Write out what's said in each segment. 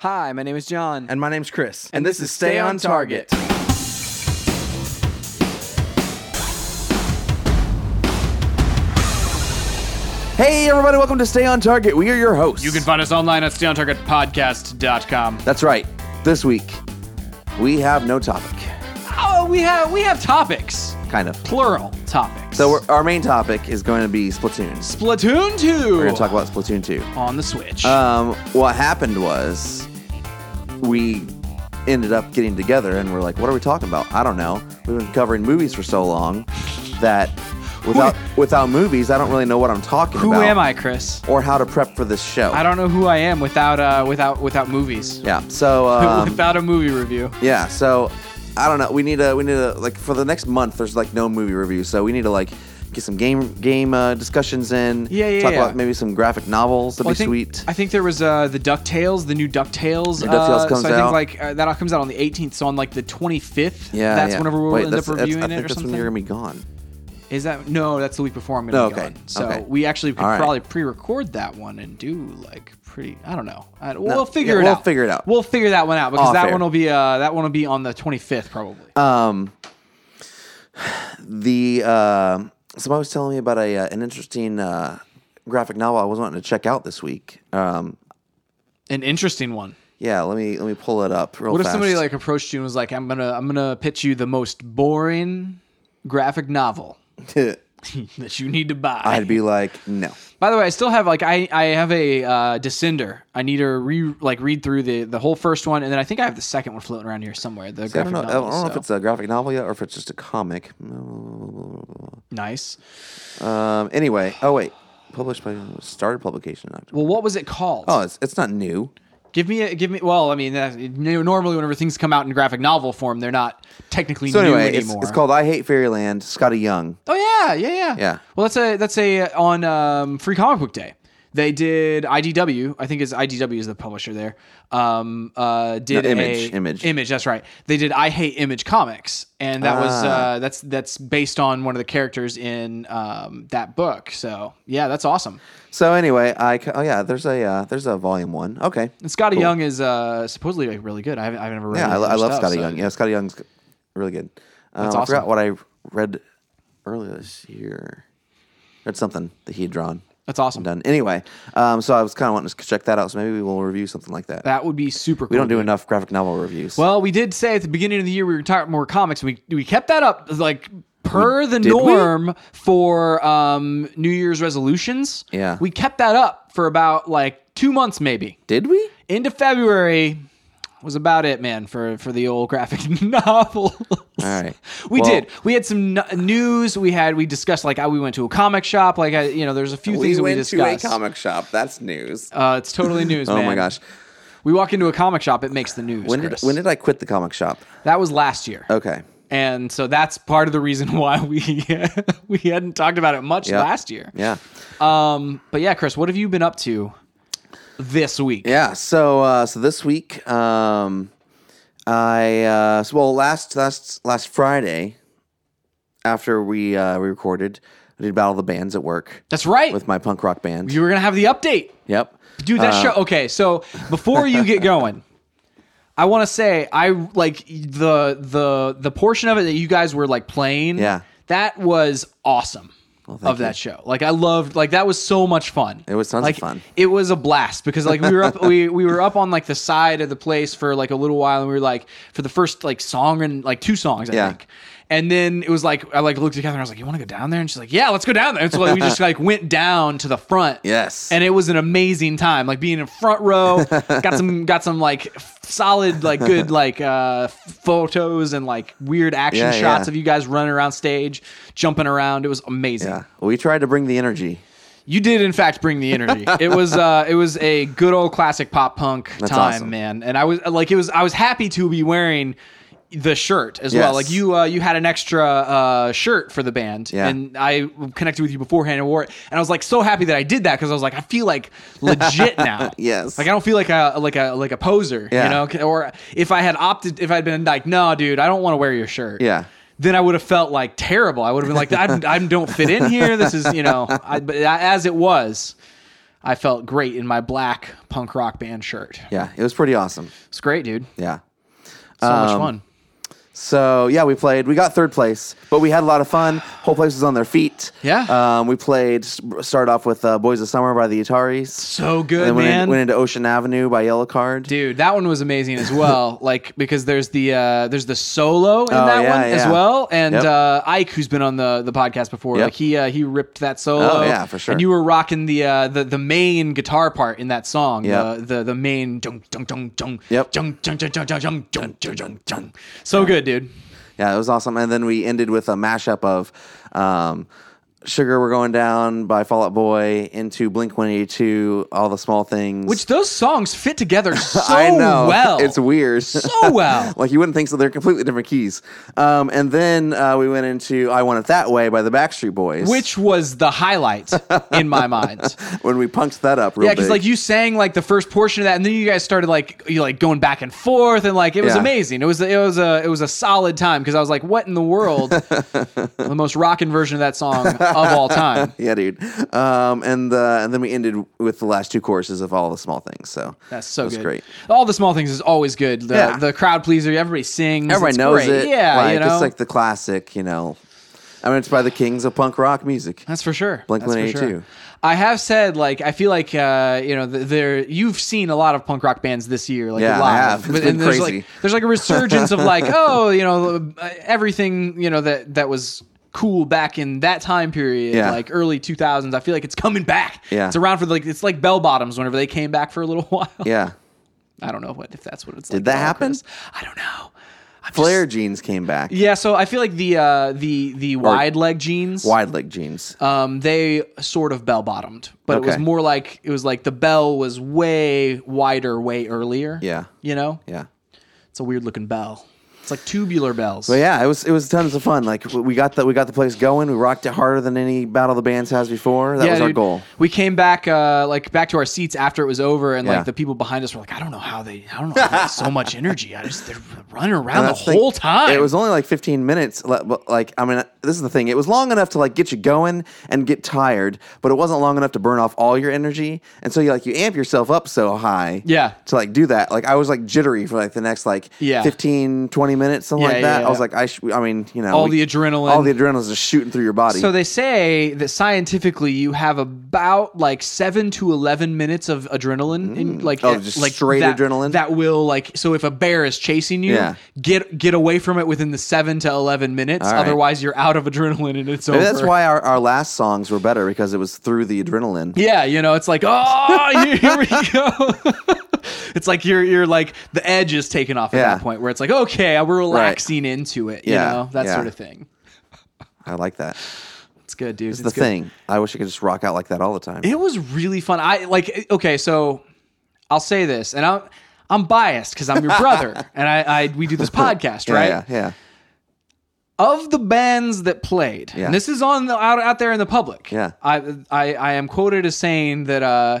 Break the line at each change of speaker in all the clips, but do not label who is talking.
Hi, my name is John.
And my name's Chris. And, this, is Stay on Target. Hey, everybody, welcome to Stay on Target. We are your hosts.
You can find us online at stayontargetpodcast.com.
That's right. This week, we have no topic,
Oh, we have we have topics,
kind of.
plural topics.
So, we're, our main topic is going to be Splatoon.
Splatoon 2
We're going to talk about Splatoon 2.
on the Switch.
Um, what happened was we ended up getting together and we're like, what are we talking about? I don't know. We've been covering movies for so long that without without movies, I don't really know what I'm talking
who
about.
am I, Chris?
Or how to prep for this show.
I don't know who I am without uh without without movies.
Yeah. So um,
without a movie review.
yeah. So I don't know. We need to we need to like for the next month. There's like no movie review, so we need to like get some game game uh, discussions in.
Yeah, yeah,
Talk
yeah.
about maybe some graphic novels. That'd
Well, I
be
think,
sweet.
I think there was uh, the Ducktales, the new Ducktales.
New DuckTales
uh,
comes
so I think
out.
like uh, that all comes out on the 18th. So on like the 25th,
yeah.
that's
yeah.
whenever we'll
Wait,
end
that's-
up
that's-
reviewing
I think
it or
that's
something.
when you're gonna be gone.
Is that no? That's the week before I'm gonna
No,
be
Oh, okay,
gone. So
okay.
we actually could
All right.
probably pre-record that one and do like pretty. I don't know. I, we'll
No,
figure
yeah,
it
we'll
out.
figure it out.
We'll figure that one out because
Off
that
air.
one will be uh that one will be on the 25th probably.
Um, the uh, somebody was telling me about a uh, an interesting uh, graphic novel I was wanting to check out this week. Um,
An interesting one.
yeah, let me let me pull it up real
What if
fast.
somebody like approached you and was like, "I'm gonna I'm gonna pitch you the most boring graphic novel
like?
that you need to buy."
I'd be like, no.
By the way, I still have like I I have a uh, Descender. I need to re like read through the the whole first one, and then I think I have the second one floating around here somewhere. The
I don't
graphic
know. I
novel.
don't know if
so-
it's a graphic novel yet or if it's just a comic.
nice.
Um, anyway, oh wait, published by started publication. in October.
Well, what was it called?
Oh, it's it's not new.
Give me a give me. Well, I mean, that's- you know, normally whenever things come out in graphic novel form, they're not technically
So
new
anyway, it's,
anymore.
it's called I Hate Fairyland. Scotty Young.
Oh yeah, yeah, yeah.
Yeah.
Well, that's a that's a on um, Free Comic Book Day. They did IDW. I think is IDW is the publisher there. Um, uh, did
No, Image,
a-
Image.
image. That's right. They did I Hate Image comics, and that was
Ah.
uh, that's that's based on one of the characters in um, that book. So yeah, that's awesome.
So anyway, I ca- oh yeah, there's a uh, there's a volume one. Okay,
And Scotty Young is uh, supposedly like, really good. I haven't, I've never read.
Yeah, I,
any of
lo- I
her
love
stuff,
Scotty
so-
Young. Yeah, Scotty Young's g- really good. Um,
That's
I forgot
awesome.
what I read earlier this year. Read something that he had drawn
That's awesome.
and done. Anyway, um, so I was kind of wanting to check that out. So maybe we will review something like that.
That would be super. cool.
we don't do enough graphic novel reviews.
Well, we did say at the beginning of the year we were talking more comics. We we kept that up like per the
did we?
norm for um, New Year's resolutions.
Yeah.
we kept that up for about like two months, maybe
did we?
into February. Was about it, man, for for the old graphic novel.
All right.
We
Well,
did. We had some n- news. We had we discussed like how we went to a comic shop. Like I, you know, there's a few things that we discussed.
shop. That's news.
Uh, it's totally news.
oh my
man.
gosh.
We walk into a comic shop, it makes the news.
When did
Chris.
when did I quit the comic shop?
that was last year.
Okay.
and so that's part of the reason why we we hadn't talked about it much
Yeah.
last year.
Yeah.
Um, but yeah, Chris, what have you been up to this week?
Yeah. So uh, so this week, um, I uh, so, well last last last Friday, after we uh, we recorded, I did Battle of the Bands at work
That's right.
with my punk rock band.
you were gonna have the update,
yep.
dude.
Uh,
That show. Okay, so before you get going, I want to say I like the the the portion of it that you guys were like playing.
Yeah.
that was awesome.
thank
of
you.
that show, like I loved, like that was so much fun.
It was tons of
Like,
fun.
It was a blast because like we were up we, we were up on like the side of the place for like a little while and we were like for the first like song and like two songs I
Yeah.
think. And then it was like I like looked at Catherine. I was like, "You want to go down there?" And she's like, "Yeah, let's go down there." And so like we just like went down to the front.
Yes.
And it was an amazing time, like being in front row. got some got some like f- solid like good like uh photos and like weird action
Yeah,
shots
yeah.
of you guys running around stage, jumping around. It was amazing.
yeah. We tried to bring the energy.
You did, in fact, bring the energy. It was uh, it was a good old classic pop punk time,
awesome.
man. And I was like, it was I was happy to be wearing the shirt as well.
Yes.
Like you uh, you had an extra uh, shirt for the band,
Yeah.
and I connected with you beforehand and wore it. And I was like so happy that I did that because I was like, I feel like legit now.
Yes.
like I don't feel like a like a like a poser,
Yeah.
you know. Or if I had opted, if I'd been like, no, dude, I don't want to wear your shirt
Yeah.
then I would have felt like terrible. I would have been like, I, I don't fit in here. This is, you know, I, but a- as it was, I felt great in my black punk rock band shirt.
Yeah, it was pretty awesome.
It's great, dude.
Yeah.
So much fun.
So yeah, we played. We got third place, but we had a lot of fun. Whole place was on their feet.
Yeah.
Um, we played. Start off with uh, "Boys of Summer" by the Ataris.
So good,
and went in-
man.
went into Ocean Avenue by Yellow Card.
Dude, that one was amazing as well. like because there's the uh, there's the solo in
Oh,
that
yeah,
one as
yeah.
well, and
Yep.
uh, Ike, who's been on the the podcast before,
Yep.
like he uh, he ripped that solo.
Oh, yeah, for sure.
And you were rocking the uh, the the main guitar part in that song.
Yep.
The, the the main dung dung dung dung
Yep.
dung dung dung dung dung dung dung dung dung dung. So good, dude.
Yeah, it was awesome. And then we ended with a mashup of um, "Sugar We're Going Down" by Fall Out Boy into Blink One Eighty Two, all the small things.
Which those songs fit together so
I know,
well.
it's weird.
so well.
like you wouldn't think so. They're completely different keys. Um, and then uh, we went into "I Want It That Way" by the Backstreet Boys,
Which was the highlight in my mind.
when we punked that up real
Yeah,
big.
because like you sang like the first portion of that, and then you guys started like you like going back and forth, and like it was
Yeah.
amazing. It was it was a it was a solid time because I was like, what in the world? the most rockin' version of that song of all time.
yeah, dude. Um, and uh, and then we ended with the last two courses of all the small things. So
That's so
it was
good.
great.
All the small things is always good. The,
Yeah.
the crowd pleaser, everybody sings.
Everybody
it's
knows
great.
it.
Yeah,
like,
you know
it's like the classic. You know, I mean, it's by the kings of punk rock music.
That's for sure.
Blink
That's for
182.
sure. I have said like I feel like uh, you know th- there you've seen a lot of punk rock bands this year like
Yeah, I
live.
have. It's
But-
been
and there's
crazy.
like there's like a resurgence of like oh you know uh, everything you know that that was cool back in that time period
Yeah.
like early 2000s I feel like it's coming back.
Yeah.
It's around for like it's like bell bottoms whenever they came back for a little while.
Yeah,
I don't know what if that's what it's like.
Did that
at all,
happen?
Chris. I don't know. I'm just-
flare jeans came back.
yeah, so I feel like the uh the the wide leg jeans
Wide leg jeans.
um, they sort of bell bottomed, but it was
Okay.
more like it was like the bell was way wider, way earlier.
Yeah.
you know,
Yeah.
it's a weird looking bell. It's like tubular bells.
But yeah, it was it was tons of fun. Like we got the we got the place going. We rocked it harder than any battle of the bands has before. That
Yeah,
was our
dude.
goal.
We came back, uh, like back to our seats after it was over, and
Yeah.
like the people behind us were like, "I don't know how they, I don't know, how they had so much energy. I just they're running around the
That's thing-
whole time."
It was only like 15 minutes. le- but, Like I mean, this is the thing. It was long enough to like get you going and get tired, but it wasn't long enough to burn off all your energy. And so you like you amp yourself up so high.
Yeah.
To like do that. Like I was like jittery for like the next like
Yeah.
15 20 minutes something
Yeah,
like
yeah,
that.
yeah.
I was like I sh- I mean, you know,
All the adrenaline.
All the adrenaline's just shooting through your body.
So they say that scientifically, you have about like seven to eleven minutes of adrenaline, in, like
Oh,
at-
just
like
straight
that-
adrenaline?
that will like. So if a bear is chasing you,
Yeah.
get get away from it within the seven to eleven minutes.
right.
Otherwise, you're out of adrenaline and it's
Maybe
over.
that's why our, our last songs were better because it was through the adrenaline.
Yeah, you know, it's like oh, here, here we go. it's like you're you're like the edge is taken off at
Yeah.
that point where it's like okay, we're relaxing into it. You
Yeah,
know that
yeah.
sort of thing.
I like that.
It's good, dude. It's,
the
good.
thing. I wish I could just rock out like that all the time.
It was really fun. I like okay, so I'll say this, and I'm I'm biased because I'm your brother, and I, I we do this podcast,
yeah,
right?
Yeah, yeah.
Of the bands that played,
Yeah.
and this is on the out, out there in the public.
Yeah.
I I, I am quoted as saying that uh,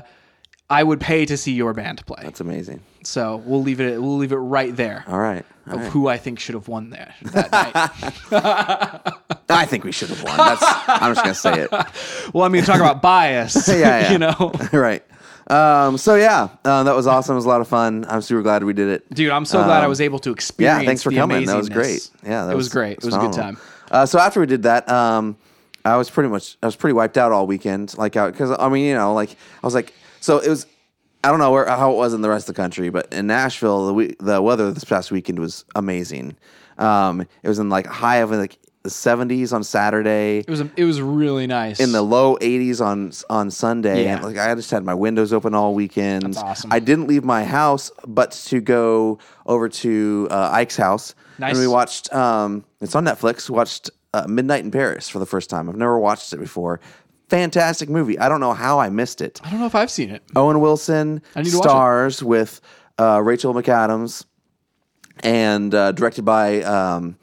I would pay to see your band play.
That's amazing.
so we'll leave it we'll leave it right there
All right. All
of
right.
who I think should have won there that night.
I think we should have won. That's, I'm just going to say it.
well, I mean, talk about bias.
Yeah, yeah.
you know.
right. Um, so, yeah, uh, that was awesome. It was a lot of fun. I'm super glad we did it.
Dude, I'm so glad I was able to experience.
yeah, thanks for
the
coming. That was
amazingness.
great. Yeah, that
it was great. It was a good time.
phenomenal. Uh, so after we did that, um, I was pretty much I was pretty wiped out all weekend. Like because I mean you know like I was like so it was I don't know where, how it was in the rest of the country, but in Nashville the we, the weather this past weekend was amazing. Um, it was in like high of like the 70s on Saturday
It was it was really nice.
in the low 80s on on Sunday,
Yeah.
and like I just had my windows open all weekend.
That's awesome.
I didn't leave my house, but to go over to uh, Ike's house,
Nice.
and we watched. Um, it's on Netflix. Watched uh, Midnight in Paris for the first time. I've never watched it before. Fantastic movie. I don't know how I missed it.
I don't know if I've seen it.
Owen Wilson
need to watch it.
stars with uh, Rachel McAdams, and uh, directed by um,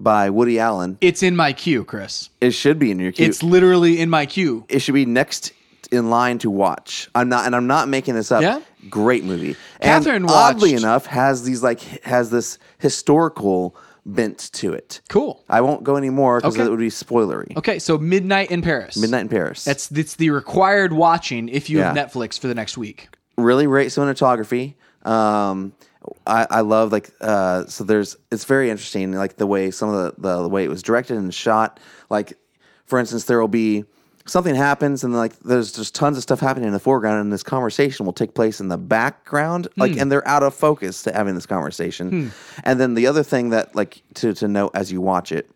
by Woody Allen.
It's in my queue, Chris.
It should be in your queue
It's literally in my queue.
it should be next in line to watch. I'm not, and I'm not making this up.
Yeah?
Great movie.
Catherine
and oddly
watched-
enough, has these like has this historical bent to it.
Cool.
I won't go anymore because
Okay.
it would be spoilery.
Okay, so Midnight in Paris.
Midnight in Paris.
That's that's the required watching if you have
Yeah.
Netflix for the next week.
really great cinematography. Um, I, I love like uh, so. There's it's very interesting like the way some of the, the the way it was directed and shot. Like for instance, there will be something happens and like there's just tons of stuff happening in the foreground, and this conversation will take place in the background. Like and they're out of focus to having this conversation. And then the other thing that like to to note as you watch it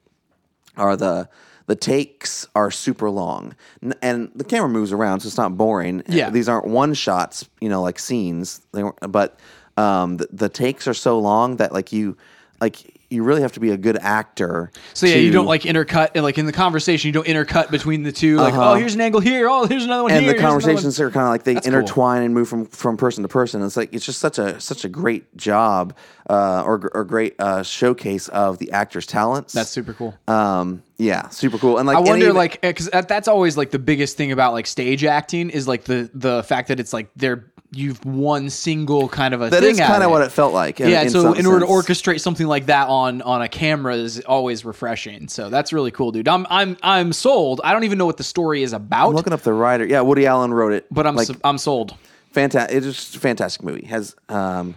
are the the takes are super long N- and the camera moves around so it's not boring
Yeah.
these aren't one shots you know like scenes they weren't, but um the, the takes are so long that like you like you really have to be a good actor
So yeah, you
to-
don't like intercut like in the conversation, you don't intercut between the two. Like, oh, here's an angle here. Oh, here's another one
Uh-huh. and
here.
the
here's another one.
conversations are kind of like they
cool.
intertwine and move from from person to person. It's like it's just such a such a great job uh, or or great uh, showcase of the actor's talents.
That's super cool.
um yeah, super cool. And like
I
and
wonder,
even-
like, because that, that's always like the biggest thing about like stage acting is like the the fact that it's like they're you've one single kind of a
that
thing
is
out
kind of
it.
what it felt like. in-
yeah,
in
so
some
in order to
sense.
orchestrate something like that on on a camera is always refreshing. So that's really cool, dude. I'm I'm I'm sold. I don't even know what the story is about,
I'm looking up the writer. Yeah, Woody Allen wrote it.
but I'm
like
s- I'm sold.
fantastic. It's just a fantastic movie. Has um,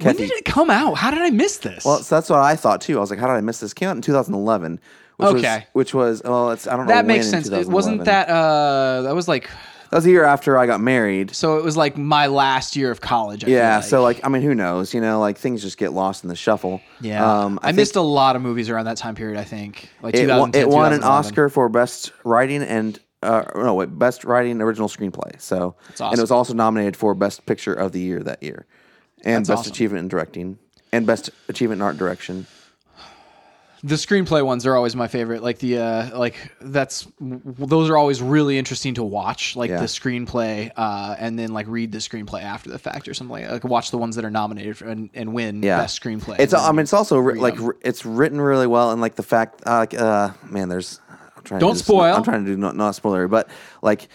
When
Kathy-
did it come out? How did I miss this?
well, so that's what I thought too. I was like, how did I miss this? Came out in 2011. Which
Okay.
Was, which was well, it's I don't know.
that
when
makes
in
sense. It
2011.
wasn't that uh that was like
That was a year after I got married.
so it was like my last year of college. I feel
yeah.
like.
So like, I mean, who knows? You know, like things just get lost in the shuffle.
yeah,
Um,
I,
think
missed a lot of movies around that time period. I think like
It won,
2010,
it won an
2011.
Oscar for best writing and. Uh, no, wait, best writing original screenplay. So, and
awesome.
it was also nominated for best picture of the year that year, and best
awesome.
achievement in directing, and best achievement in art direction.
the screenplay ones are always my favorite like the uh like that's w- those are always really interesting to watch like
Yeah.
the screenplay uh and then like read the screenplay after the fact or something like, like watch the ones that are nominated for, and, and win
yeah.
best screenplay
It's um, I
And then-
mean it's also wri- like
'em.
wr- it's written really well and like the fact uh, like uh man there's I'm trying
Don't
to do this-
spoil.
I'm trying to do not not spoiler but like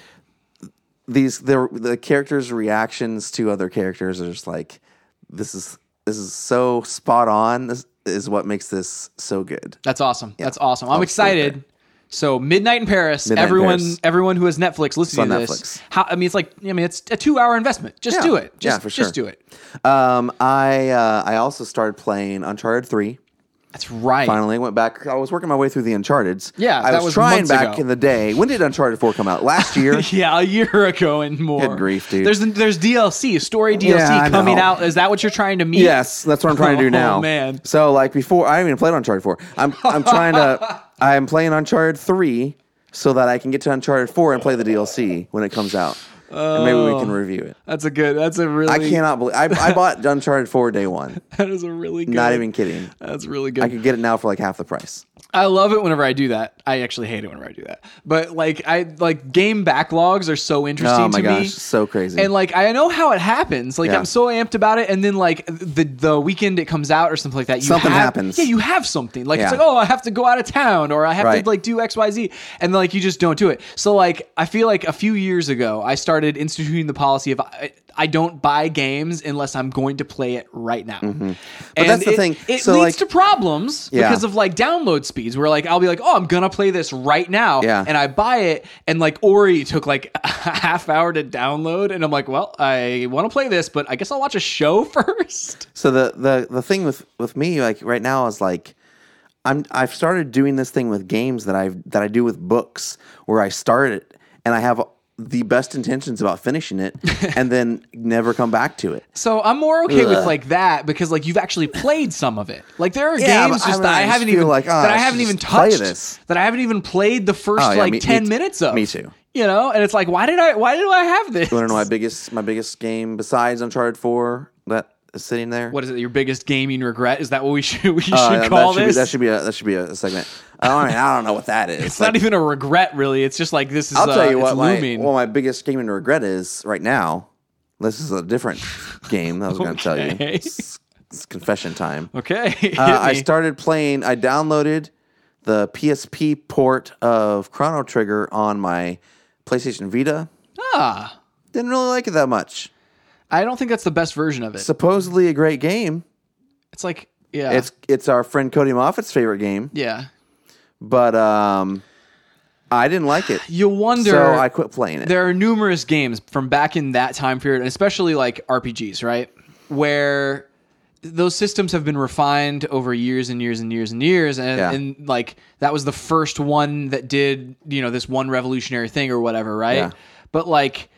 these the the characters reactions to other characters are just like this is this is so spot on this is what makes this so good.
that's awesome that's awesome i'm
I'll stay there.
excited so midnight in paris
Midnight in
everyone
Paris.
everyone who has netflix listening
It's
to
on
this
Netflix.
how, i mean it's like i mean it's a two hour investment just
Yeah.
do it
Yeah,
just,
for
just
sure.
do it
Um I uh I also started playing Uncharted 3.
that's right
Finally went back. I was working my way through the Uncharted's.
Yeah,
I
that
was,
was
trying
months
back
ago.
in the day. When did Uncharted 4 come out? Last year.
Yeah, a year ago and more.
Good grief, dude.
There's there's DLC, story DLC
Yeah, I
coming
know.
out. Is that what you're trying to meet?
Yes, that's what I'm trying to
Oh,
do now.
man.
So like before, I haven't even played Uncharted four. I'm I'm trying to I'm playing Uncharted three so that I can get to Uncharted four and play the DLC when it comes out, and maybe
Oh.
we can review it.
That's a good. That's a really.
I cannot believe I, I bought Uncharted four day one.
That is a really good.
Not even kidding.
That's really
I
good.
could get it now for like half the price.
I love it whenever I do that. I actually hate it whenever I do that. But like I like game backlogs are so interesting
Oh my
to me.
gosh, so crazy.
And like I know how it happens. Like
Yeah.
I'm so amped about it, and then like the the weekend it comes out or something like that. You
Something
have-
happens.
Yeah, you have something. Like it's
Yeah.
like oh I have to go out of town or I have
Right.
to like do X Y Z, and like you just don't do it. So like I feel like a few years ago I started instituting the policy of. I, I don't buy games unless I'm going to play it right now. But
Mm-hmm. that's the thing.
It
So,
leads
like-
to problems
Yeah.
because of like download speeds where like I'll be like, oh, I'm gonna play this right now.
Yeah.
And I buy it and like Ori took like a half hour to download and I'm like, well, I wanna play this, but I guess I'll watch a show first.
So the the the thing with with me like right now is like I'm I've started doing this thing with games that I've that I do with books where I start it and I have the best intentions about finishing it and then never come back to it.
So I'm more okay with
Ugh.
like that because like you've actually played some of it. Like there are
Yeah,
games
but I
just that
mean,
I
I just
haven't
feel
even
like, oh,
that
I
I
should
haven't even
just play
touched
this.
that I haven't even played the first
Oh, yeah,
like
me- me
ten
too.
minutes of.
Me too.
You know, and it's like, why did I? Why do I have this?
You want to know my biggest my biggest game besides Uncharted Four that is sitting there?
what is it? Your biggest gaming regret? Is that what we should we should
Uh, that
call
should be-
this?
that should be a that should be a segment. I don't, I don't know what that is.
It's not even a regret, really. It's just like this is.
I'll
uh,
tell you what
it's
my
looming.
well my biggest game and regret is right now. This is a different game. I was going to tell you.
Okay.
It's, it's confession time.
okay, hit
Uh, I
me.
started playing. I downloaded the PSP port of Chrono Trigger on my PlayStation Vita.
ah,
Didn't really like it that much.
I don't think that's the best version of it.
Supposedly a great game.
it's like Yeah.
It's it's our friend Cody Moffat's favorite game,
yeah.
but um, I didn't like it,
You wonder.
so I quit playing it.
there are numerous games from back in that time period, and especially like RPGs, right? Where those systems have been refined over years and years and years and years, and,
Yeah.
and like that was the first one that did you know this one revolutionary thing or whatever, right?
Yeah.
But like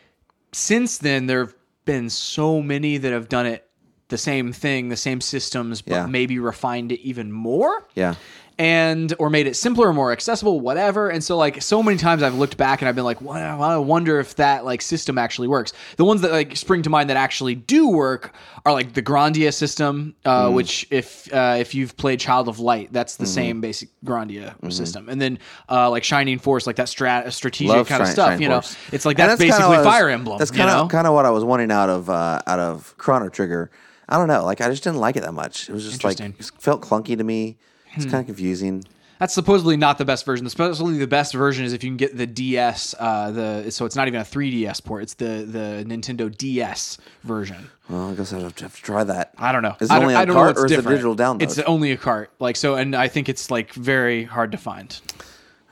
since then, there have been so many that have done it the same thing, the same systems, but
Yeah.
maybe refined it even more
Yeah,
and or made it simpler, more accessible, whatever. And so like so many times I've looked back and I've been like, wow, I wonder if that like system actually works. The ones that like spring to mind that actually do work are like the Grandia system, uh,
Mm-hmm.
which if uh, if you've played Child of Light, that's the same basic Grandia
Mm-hmm.
system. And then uh, like Shining Force, like that strat strategic
Love
kind of
Shi-
stuff.
Shining
you know,
Force.
it's like
And
that's,
kinda
basically
what I was-
Fire Emblem.
That's
you
kind
know?
of kind of what I was wanting out of uh, out of Chrono Trigger. I don't know, like I just didn't like it that much. It was just like
Interesting. Hmm.
it felt clunky to me. It's kind of confusing.
That's supposedly not the best version. Supposedly the best version is if you can get the DS, uh, the so it's not even a 3DS port. It's the the Nintendo DS version.
Well, I guess I have to, have to try that.
I don't know.
Is it
I don't,
only
I
on
don't know
cart
what's
or is it
different.
digital download?
It's only a cart. Like so, and I think it's like very hard to find.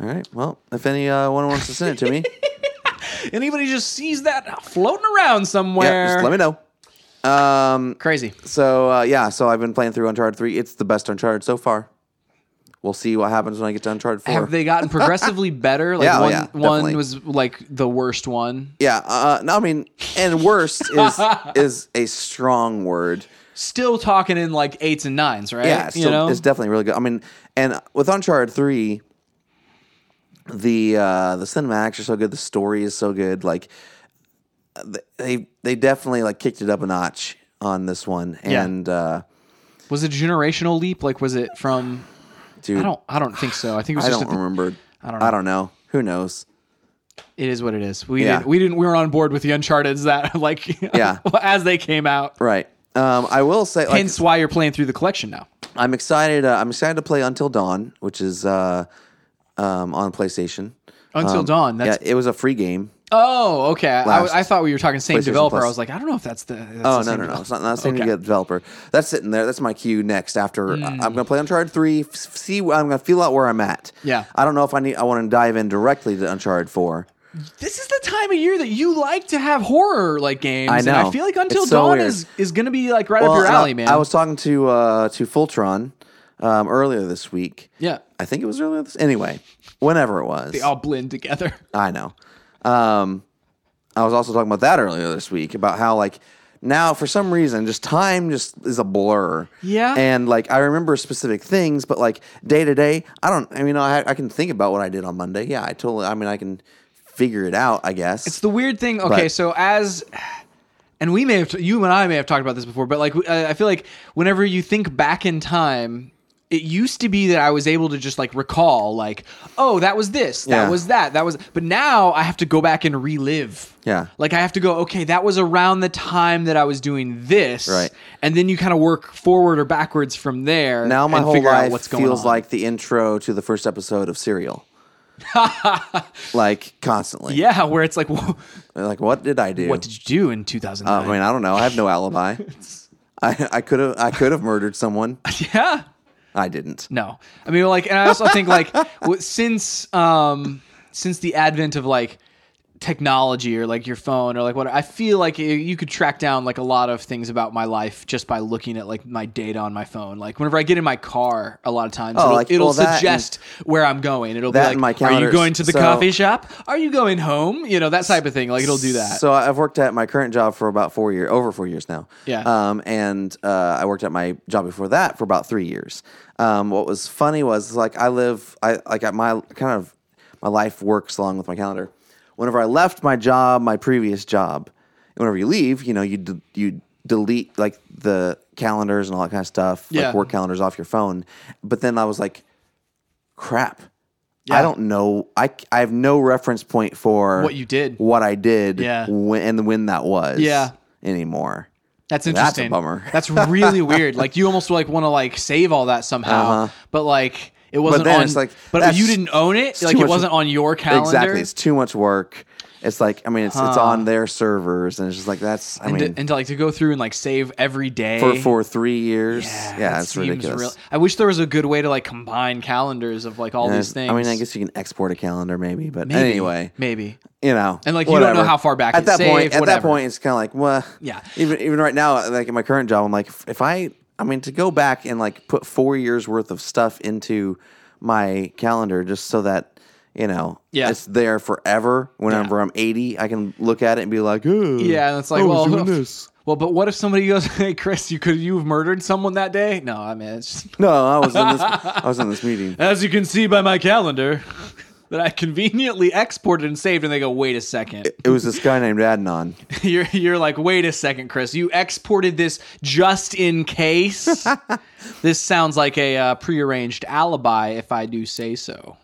All right. Well, if anyone wants to send it to me,
Anybody just sees that floating around somewhere?
yeah, just let me know. Um,
Crazy.
So uh, yeah, so I've been playing through Uncharted three. It's the best Uncharted so far. We'll see what happens when I get to Uncharted four.
Have they gotten progressively better? Like
Yeah, oh
one,
yeah, definitely.
one was like the worst one.
yeah, uh, no, I mean, and worst is is a strong word.
Still talking in like eights and nines, right?
Yeah, it's,
you
still-
know,
it's definitely really good. I mean, and with Uncharted three, the uh, the cinematics are so good. The story is so good. Like th- they they definitely like kicked it up a notch on this one.
Yeah.
And uh,
was it a generational leap? Like, was it from?
dude,
I don't. I don't think so. I think it was
I
just.
don't
a-
remember. I
don't
don't.
know.
Know. Who knows?
it is what it is. We
Yeah.
didn't. We didn't. We were on board with the Uncharted's that like.
Yeah.
as they came out.
Right. Um, I will say, like,
Hence why you're playing through the collection now.
I'm excited. Uh, I'm excited to play Until Dawn, which is uh, um, on PlayStation.
Until
Um,
Dawn. That's
yeah, it was a free game.
oh okay. I,
Last
I thought we were talking same
PlayStation
developer.
Plus.
I was like, I don't know if that's the. That's the
Oh no
same
no no!
developer.
It's not not the same
Okay. Hmm.
to get developer. That's sitting there. That's my cue next. After I- I'm going to play Uncharted three. f- See, I'm going to feel out where I'm at.
Yeah.
I don't know if I need. I want to dive in directly to Uncharted four.
This is the time of year that you like to have horror like games.
I
And I
know.
feel like Until
It's so
Dawn
weird.
is is gonna be like right up
Well,
your
and I-
alley, man.
I was talking to uh, to Fultron um, earlier this week.
yeah.
I think it was earlier this. Anyway, whenever it was,
They all blend together.
I know. Um, I was also talking about that earlier this week about how like now for some reason just time just is a blur.
Yeah.
And like I remember specific things, but like day to day, I don't. I mean, I, I can think about what I did on Monday. Yeah, I totally. I mean, I can figure it out. I guess.
It's the weird thing. Okay,
But-
so as and we may have you and I may have talked about this before, but like I I feel like whenever you think back in time, it used to be that I was able to just like recall like, oh, that was this, that
Yeah.
was that, that was. But now I have to go back and relive.
Yeah.
like I have to go. Okay, that was around the time that I was doing this,
Right.
And then you kind of work forward or backwards from there.
now my
and
whole
figure out
life
what's going
feels
on.
like the intro to the first episode of Serial. like constantly.
yeah, where it's like, wha-
Like what did I do? Oh,
what did you do in two thousand
I
nine?
mean, I don't know. I have no alibi. I I could have I could have murdered someone.
yeah.
I didn't.
No, I mean, like, and I also think like w- since um since the advent of like technology or like your phone or like what I feel like y- you could track down like a lot of things about my life just by looking at like my data on my phone. Like whenever I get in my car, a lot of times
Oh,
it'll,
like,
it'll
well, that and-
suggest where I'm going. It'll be
that
like,
and my
are you
calendars.
going to the
So-
coffee shop? Are you going home? You know that type of thing. Like it'll do that.
So I've worked at my current job for about four years, over four years now.
Yeah.
Um, and uh, I worked at my job before that for about three years. Um, what was funny was like I live, I like at my kind of my life works along with my calendar. Whenever I left my job, my previous job, whenever you leave, you know you d- you delete like the calendars and all that kind of stuff,
Yeah.
like work calendars off your phone. But then I was like, crap.
Yeah.
I don't know. I, c- I have no reference point for
What you did.
what I did,
Yeah.
when, and when that was,
Yeah.
anymore.
That's
a
interesting.
bummer.
That's really weird. Like you almost like want to like save all that somehow, but like it wasn't
Uh-huh. then
on.
it's like,
but
that's
you didn't own it.
too
Like it
much-
wasn't on your calendar.
Exactly, it's too much work. It's like I mean, it's it's on their servers, and it's just like that's I
and,
mean
to, and to like to go through and like save every day
for for three years. Yeah,
that
it's
seems
ridiculous.
real- I wish there was a good way to like combine calendars of like all
And
these things.
I mean, I guess you can export a calendar, maybe, but
Maybe.
anyway,
maybe
you know,
And, like, you don't know
whatever.
how far back
at
it's
that
saved,
point. At that
whatever.
point, it's kind of like, well,
Yeah.
Even even right now, like in my current job, I'm like, if- if I, I mean, to go back and like put four years worth of stuff into my calendar just so that you know,
Yeah.
it's there forever. Whenever I'm 80, I can look at it and be like, oh,
yeah. And it's like
I was
well,
doing
who-
this.
well, but what if somebody goes, "Hey, Chris, you could you've murdered someone that day?" No, I mean, it's just,
no, I was in this, I was in this meeting.
as you can see by my calendar that I conveniently exported and saved, and they go, "Wait a second,
It was this guy named Adnan.
you're you're like, wait a second, Chris, you exported this just in case." this sounds like a uh, prearranged alibi, if I do say so.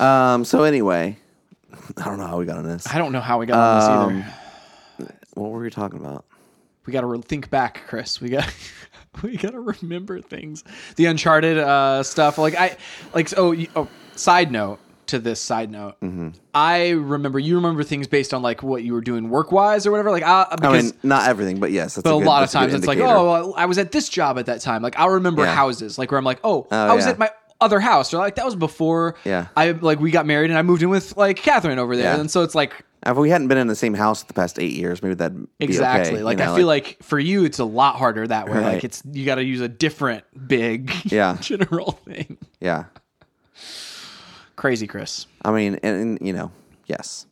Um, so anyway, I don't know how we got on this.
I don't know how we got on this either.
What were we talking about?
we got to re- think back, Chris. We got we got to remember things. The Uncharted uh, stuff, like I like oh, you- oh side note to this side note.
Mm-hmm.
I remember you remember things based on like what you were doing work wise or whatever. Like I
I
because.
mean, not everything, but yes, that's
but a,
good-
lot of
that's good
times it's like,
indicator.
oh, well, I was at this job at that time. Like I'll remember
Yeah.
houses, like where I'm like, oh, I was
yeah.
at my other house, or like that was before.
Yeah.
I like we got married and I moved in with like Catherine over there,
Yeah.
and so it's like
If we hadn't been in the same house the past eight years, maybe that'd be
Exactly.
okay, you
like
know,
I feel like, for you, it's a lot harder that way. Like
Right.
it's you got to use a different big
Yeah.
general thing.
yeah.
Crazy, Chris.
I mean, and, and you know, yes,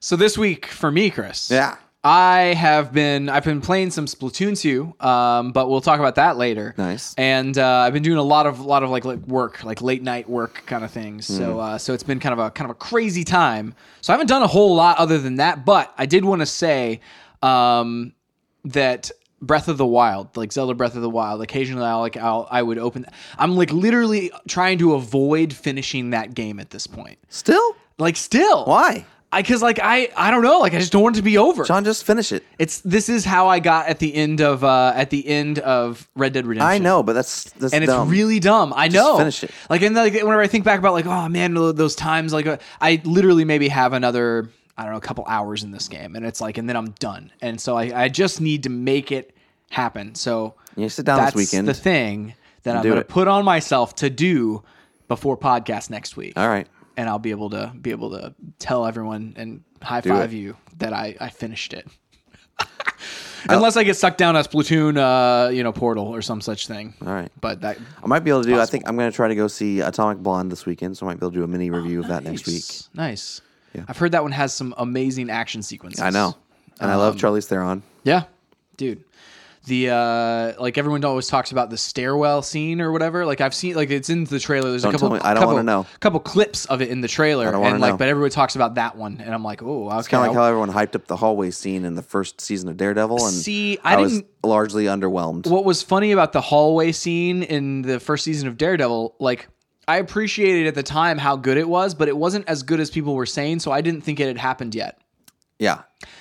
So this week for me, Chris.
Yeah.
I have been I've been playing some Splatoon 2, um, but we'll talk about that later.
Nice.
And uh, I've been doing a lot of lot of like, like work, like late night work kind of things. So uh, so it's been kind of a kind of a crazy time. So I haven't done a whole lot other than that, but I did want to say um, that Breath of the Wild, like Zelda Breath of the Wild, occasionally I like I'll, I would open. I'm like literally trying to avoid finishing that game at this point.
still,
Like still,
why?
I because like I I don't know like I just don't want it to be over.
John, just finish it.
it's this is how I got at the end of uh at the end of Red Dead Redemption.
I know, but that's that's
and
dumb.
it's really dumb. I know.
finish it.
Like and like whenever I think back about like oh man lo- those times like uh, I literally maybe have another I don't know a couple hours in this game and it's like and then I'm done and so I I just need to make it happen. So
You sit down this
that's
weekend.
the thing that I'm
do
gonna
it.
put on myself to do before podcast next week
All right,
and I'll be able to be able to tell everyone and high
it.
five you that I, I finished it. Unless I get sucked down a Splatoon, uh, you know, portal or some such thing.
all right.
But that
I might be able to do. I think I'm going to try to go see Atomic Blonde this weekend, so I might be able to do a mini review of that next week.
nice. I've heard that one has some amazing action sequences.
I know, and I love
Um,
Charlize Theron.
Yeah, dude. The uh, like everyone always talks about the stairwell scene or whatever. Like I've seen, like it's in the trailer. There's
Don't
a couple.
tell me. I don't
couple-
wanna know.
Couple clips of it in the trailer,
don't wanna
and like,
know.
but everyone talks about that one, and I'm like, oh, I was
Kind of
kind of
like how everyone hyped up the hallway scene in the first season of Daredevil, and
See, I
was
didn't-
largely underwhelmed.
what was funny about the hallway scene in the first season of Daredevil, like I appreciated at the time how good it was, but it wasn't as good as people were saying, so I didn't think it had happened yet.
yeah,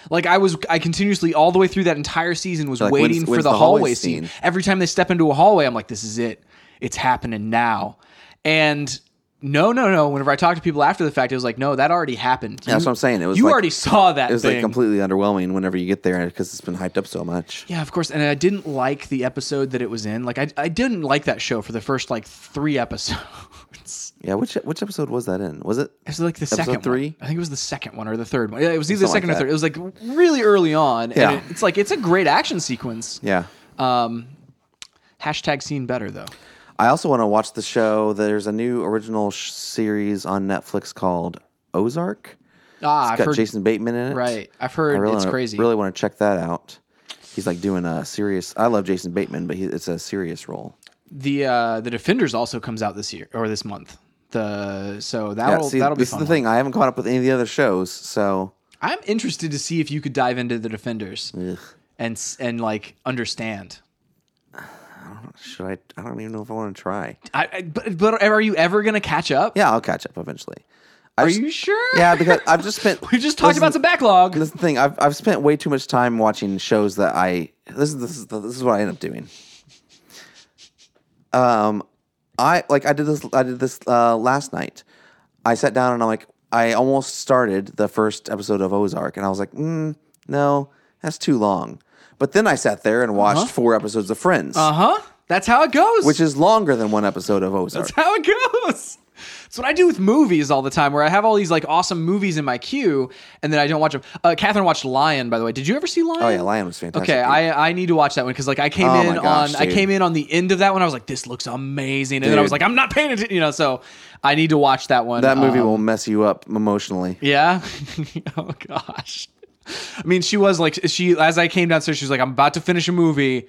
Like I was, I continuously all the way through that entire season was
Like, when's-
waiting for
when's
the,
the
hallway,
hallway
scene.
scene?
Every time they step into a hallway, I'm like, this is it. It's happening now. And no, no, no. Whenever I talked to people after the fact, it was like, no, that already happened.
that's what I'm saying. It was
You
like-
already saw that
It was
thing.
like completely underwhelming whenever you get there because it's been hyped up so much.
Yeah, of course. And I didn't like the episode that it was in. Like I, I didn't like that show for the first like three episodes.
Yeah, which which episode was that in? Was it?
It was like the second one.
three?
I think it was the second one or the third one. Yeah, it was either the
Something
second
like
or
that.
third. It was like really early on.
Yeah.
And it- it's like it's a great action sequence.
Yeah.
Hashtag seen better though.
I also want to watch the show. There's a new original sh- series on Netflix called Ozark.
Ah,
It's
I've
got
heard
Jason Bateman in it.
right. I've
I
heard
really
it's
wanna,
crazy.
Really want to check that out. He's like doing a serious. I love Jason Bateman, but he, it's a serious role.
The uh the Defenders also comes out this year or this month. The so
Yeah,
that'll
see,
that'll be
this
fun.
is the
one.
thing. I haven't caught up with any of the other shows, so
I'm interested to see if you could dive into the Defenders
ugh,
and s- and like understand.
should I? I don't even know if I want to try.
I, I but, but are you ever gonna catch up?
Yeah, I'll catch up eventually. I
Are
just-
you sure?
Yeah, because I've just spent.
We just talked
listen-
about some backlog.
This is the thing. I've I've spent way too much time watching shows that I this is this is this is what I end up doing. Um, I like I did this I did this uh, last night. I sat down and I'm like, I almost started the first episode of Ozark, and I was like, mm, no, that's too long. But then I sat there and
Uh-huh.
watched four episodes of Friends,
Uh huh. That's how it goes.
which is longer than one episode of Ozark.
That's how it goes. That's what I do with movies all the time, where I have all these like awesome movies in my queue, and then I don't watch them. Uh, Catherine watched Lion, by the way. Did you ever see Lion?
oh yeah, Lion was fantastic.
Okay, I, I need to watch that one because like I came
Oh my
in
gosh,
on I
dude.
came in on the end of that one. I was like, this looks amazing, and then I was
Dude.
like, I'm not paying attention, you know. So I need to watch that one.
that movie
Um,
will mess you up emotionally.
yeah. oh gosh. I mean, she was like, she as I came downstairs, she was like, I'm about to finish a movie.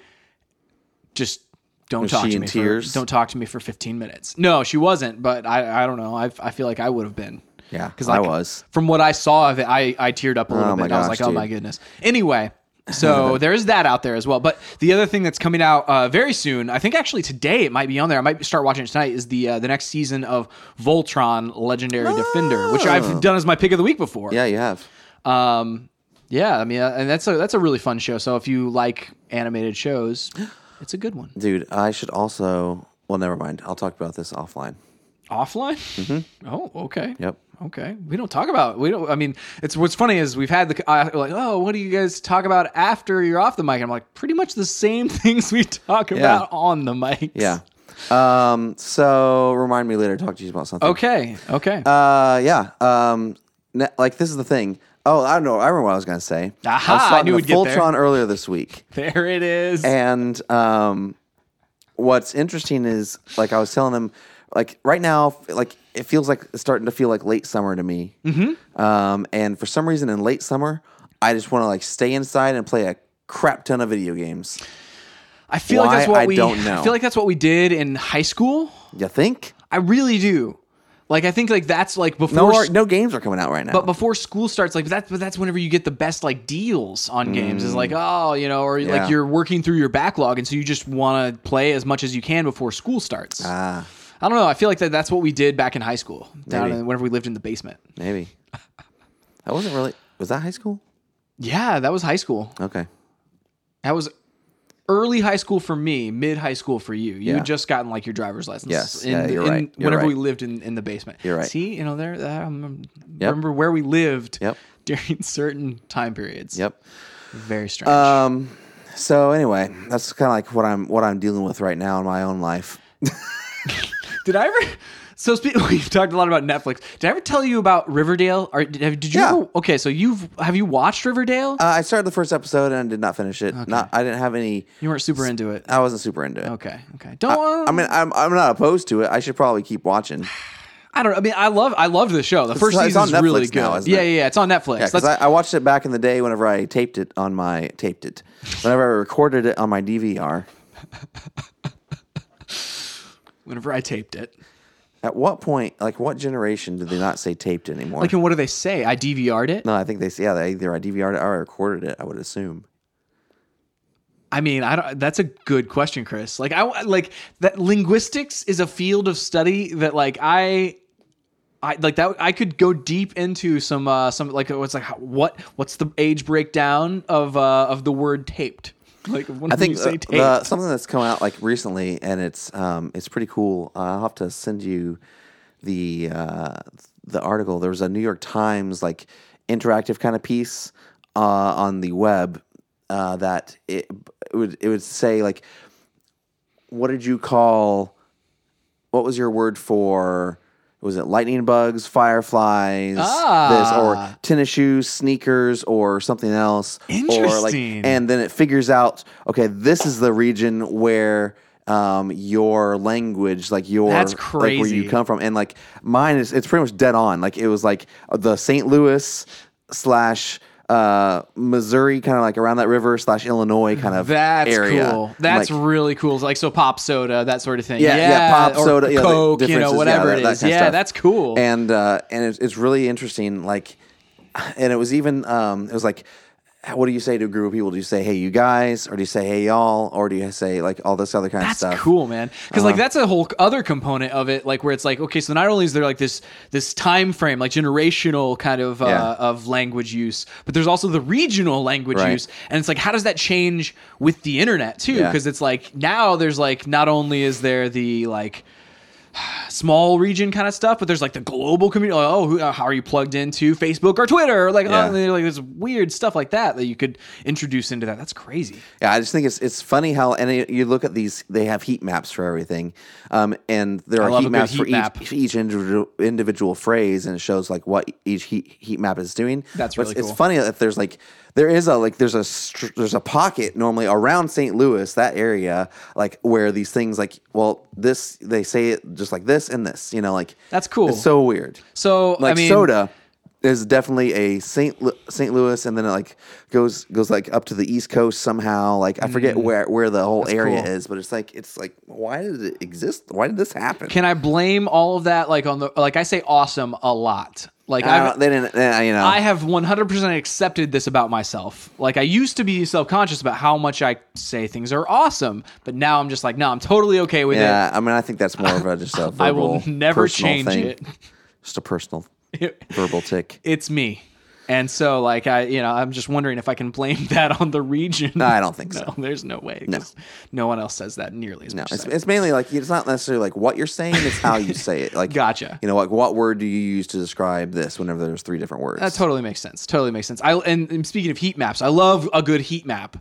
Just don't
Was
talk
she
to
in
me. for-
tears?
don't talk to me for 15 minutes. No, she wasn't. But I, I don't know. I, I feel like I would have been.
Yeah,
because
I
like,
was.
From what I saw of it, I, I teared up a little
Oh
bit.
my
and I was
gosh,
like, oh
dude.
my goodness. Anyway, so there's that out there as well. But the other thing that's coming out uh, very soon, I think actually today it might be on there. I might start watching it tonight. Is the uh, the next season of Voltron: Legendary Defender, which
Oh.
I've done as my pick of the week before.
Yeah, you have.
Um, yeah, I mean, uh, and that's a that's a really fun show. So if you like animated shows, it's a good one.
Dude, I should also. Well, never mind. I'll talk about this offline.
Offline.
Mm-hmm.
Oh, okay.
Yep.
Okay, we don't talk about we don't. I mean, it's what's funny is we've had the uh, like, oh, what do you guys talk about after you're off the mic? I'm like, pretty much the same things we talk about on the mic.
Yeah. Um, so remind me later. to Talk to you about something.
Okay. Okay.
Uh, yeah. Um, ne- like this is the thing. Oh, I don't know. I remember what I was gonna say.
Aha,
I was
I
talking
knew
to
we'd get there.
Voltron earlier this week,
there it is.
and um, what's interesting is like I was telling him, like right now, like it feels like it's starting to feel like late summer to me. Mm-hmm. Um, and for some reason, in late summer, I just want to like stay inside and play a crap ton of video games.
I feel
why,
like that's what
I
we.
don't know.
I feel like that's what we did in high school.
You think?
I really do. Like I think like that's like before
No, ar- no games are coming out right now.
but before school starts like that's but that's whenever you get the best like deals on games is like oh you know or
Mm. Yeah.
like you're working through your backlog and so you just want to play as much as you can before school starts
ah,
i don't know i feel like that, that's what we did back in high school down
Maybe.
in, whenever we lived in the basement
maybe. I wasn't really. Was that high school?
yeah that was high school
Okay.
that was early high school for me mid high school for you you
Yeah.
had just gotten like your driver's license
Yes. Yeah, you're
in-
right. You're
whenever we
right.
lived in, in the basement
You're right.
see you know there that, I remember, remember where we lived
Yep.
during certain time periods
Yep.
very strange
Um. So anyway, that's kind of like what I'm what I'm dealing with right now in my own life.
Did I ever? So spe- we've talked a lot about Netflix. Did I ever tell you about Riverdale? Or did, have- did you?
Yeah.
Ever, okay, so you've have you watched Riverdale?
Uh, I started the first episode and I did not finish it. Not I didn't have any.
you weren't super into it.
I wasn't super into it.
Okay, okay. Don't. I,
uh, I mean, I'm I'm not opposed to it. I should probably keep watching.
I don't. I mean, I love I loved the show. The first
it's
season
on
is really
Netflix
good.
now, isn't
yeah,
it?
yeah, yeah. It's on Netflix.
Yeah, because
That's,
I, I watched it back in the day whenever I taped it on my taped it, whenever I recorded it on my DVR.
whenever I taped it.
At what point, like what generation, did they not say taped anymore?
Like, and what do they say? I DVR'd it.
no, I think they yeah, they either I DVR'd it or I recorded it. I would assume.
I mean, I don't. That's a good question, Chris. Like, I like that linguistics is a field of study that, like, I, I like that. I could go deep into some, uh, some like what's like how- what what's the age breakdown of uh of the word taped? Like, when
I think uh,
you say
the-
taped,
the- something that's come out like recently, and it's um, it's pretty cool. Uh, I'll have to send you the uh, the article. There was a New York Times like interactive kind of piece uh, on the web uh, that it, it would it would say like, what did you call? What was your word for? Was it lightning bugs, fireflies, this,
Ah.
or tennis shoes, sneakers, or something else? Or like,
Interesting.
and then it figures out okay this is the region where um your language like your
That's
like where
crazy.
you come from and like mine is it's pretty much dead on like it was like the st louis slash uh missouri kind of like around that river slash illinois kind of
that's
area.
cool.
And,
That's
like,
really cool. Like, so pop soda, that sort of thing.
yeah, yeah, pop
or
soda, yeah, the
Coke, you know,
differences,
whatever
yeah, that- that
it is.
kind of
yeah,
stuff.
that's cool.
and uh, and it's, it's really interesting. Like, and it was even um, it was like, what do you say to a group of people? Do you say, "Hey, you guys," or do you say, "Hey, y'all," or do you say like all this other kind
That's
of stuff? Uh-huh.
cool, man. Because like that's a whole other component of it, like where it's like, okay, so not only is there like this this time frame, like generational kind of uh,
Yeah.
of language use, but there's also the regional language
Right.
use, and it's like, how does that change with the internet too?
Yeah.
Because it's like now there's like not only is there the like small region kind of stuff, but there's like the global community. Like, oh, who, uh, how are you plugged into Facebook or Twitter? Or like,
Yeah.
oh, like there's weird stuff like that that you could introduce into that. That's crazy.
Yeah, I just think it's it's funny how and you- you look at these. They have heat maps for everything, um, and there are
love a
heat
good
maps
heat
for each,
map.
for each individual individual phrase, and it shows like what each heat, heat map is doing.
That's
But it's-
really
it's
cool.
funny that there's like there is a like there's a str- there's a pocket normally around St. Louis that area like where these things like well this they say it just like this and this you know like
That's cool.
It's so weird
So
like
I mean,
soda is definitely a Saint Lu- Saint Louis, and then it like goes goes like up to the East Coast somehow. Like I forget where where the whole area
Mm. cool.
is, but it's like it's like why did it exist? Why did this happen?
Can I blame all of that? Like on the like I say, awesome a lot. Like
I
I've,
don't, they didn't. eh, you know,
I have 100% accepted this about myself. Like I used to be self-conscious about how much I say things are awesome, but now I'm just like, no, I'm totally okay with it.
yeah. I mean, I think that's more of a just a verbal,
I will never
personal
change
thing.
it.
Just a personal
It-
verbal tick.
It's me. And so like I, you know, I'm just wondering if I can blame that on the region.
No, I don't think
no,
so.
there's no way. 'cause No one else says that nearly as
No,
much. as
it's,
I-
it's mainly like it's not necessarily like what you're saying; it's how you say it. Like,
Gotcha.
You know, like what word do you use to describe this? Whenever there's three different words,
That totally makes sense. Totally makes sense. I and, and speaking of heat maps, I love a good heat map.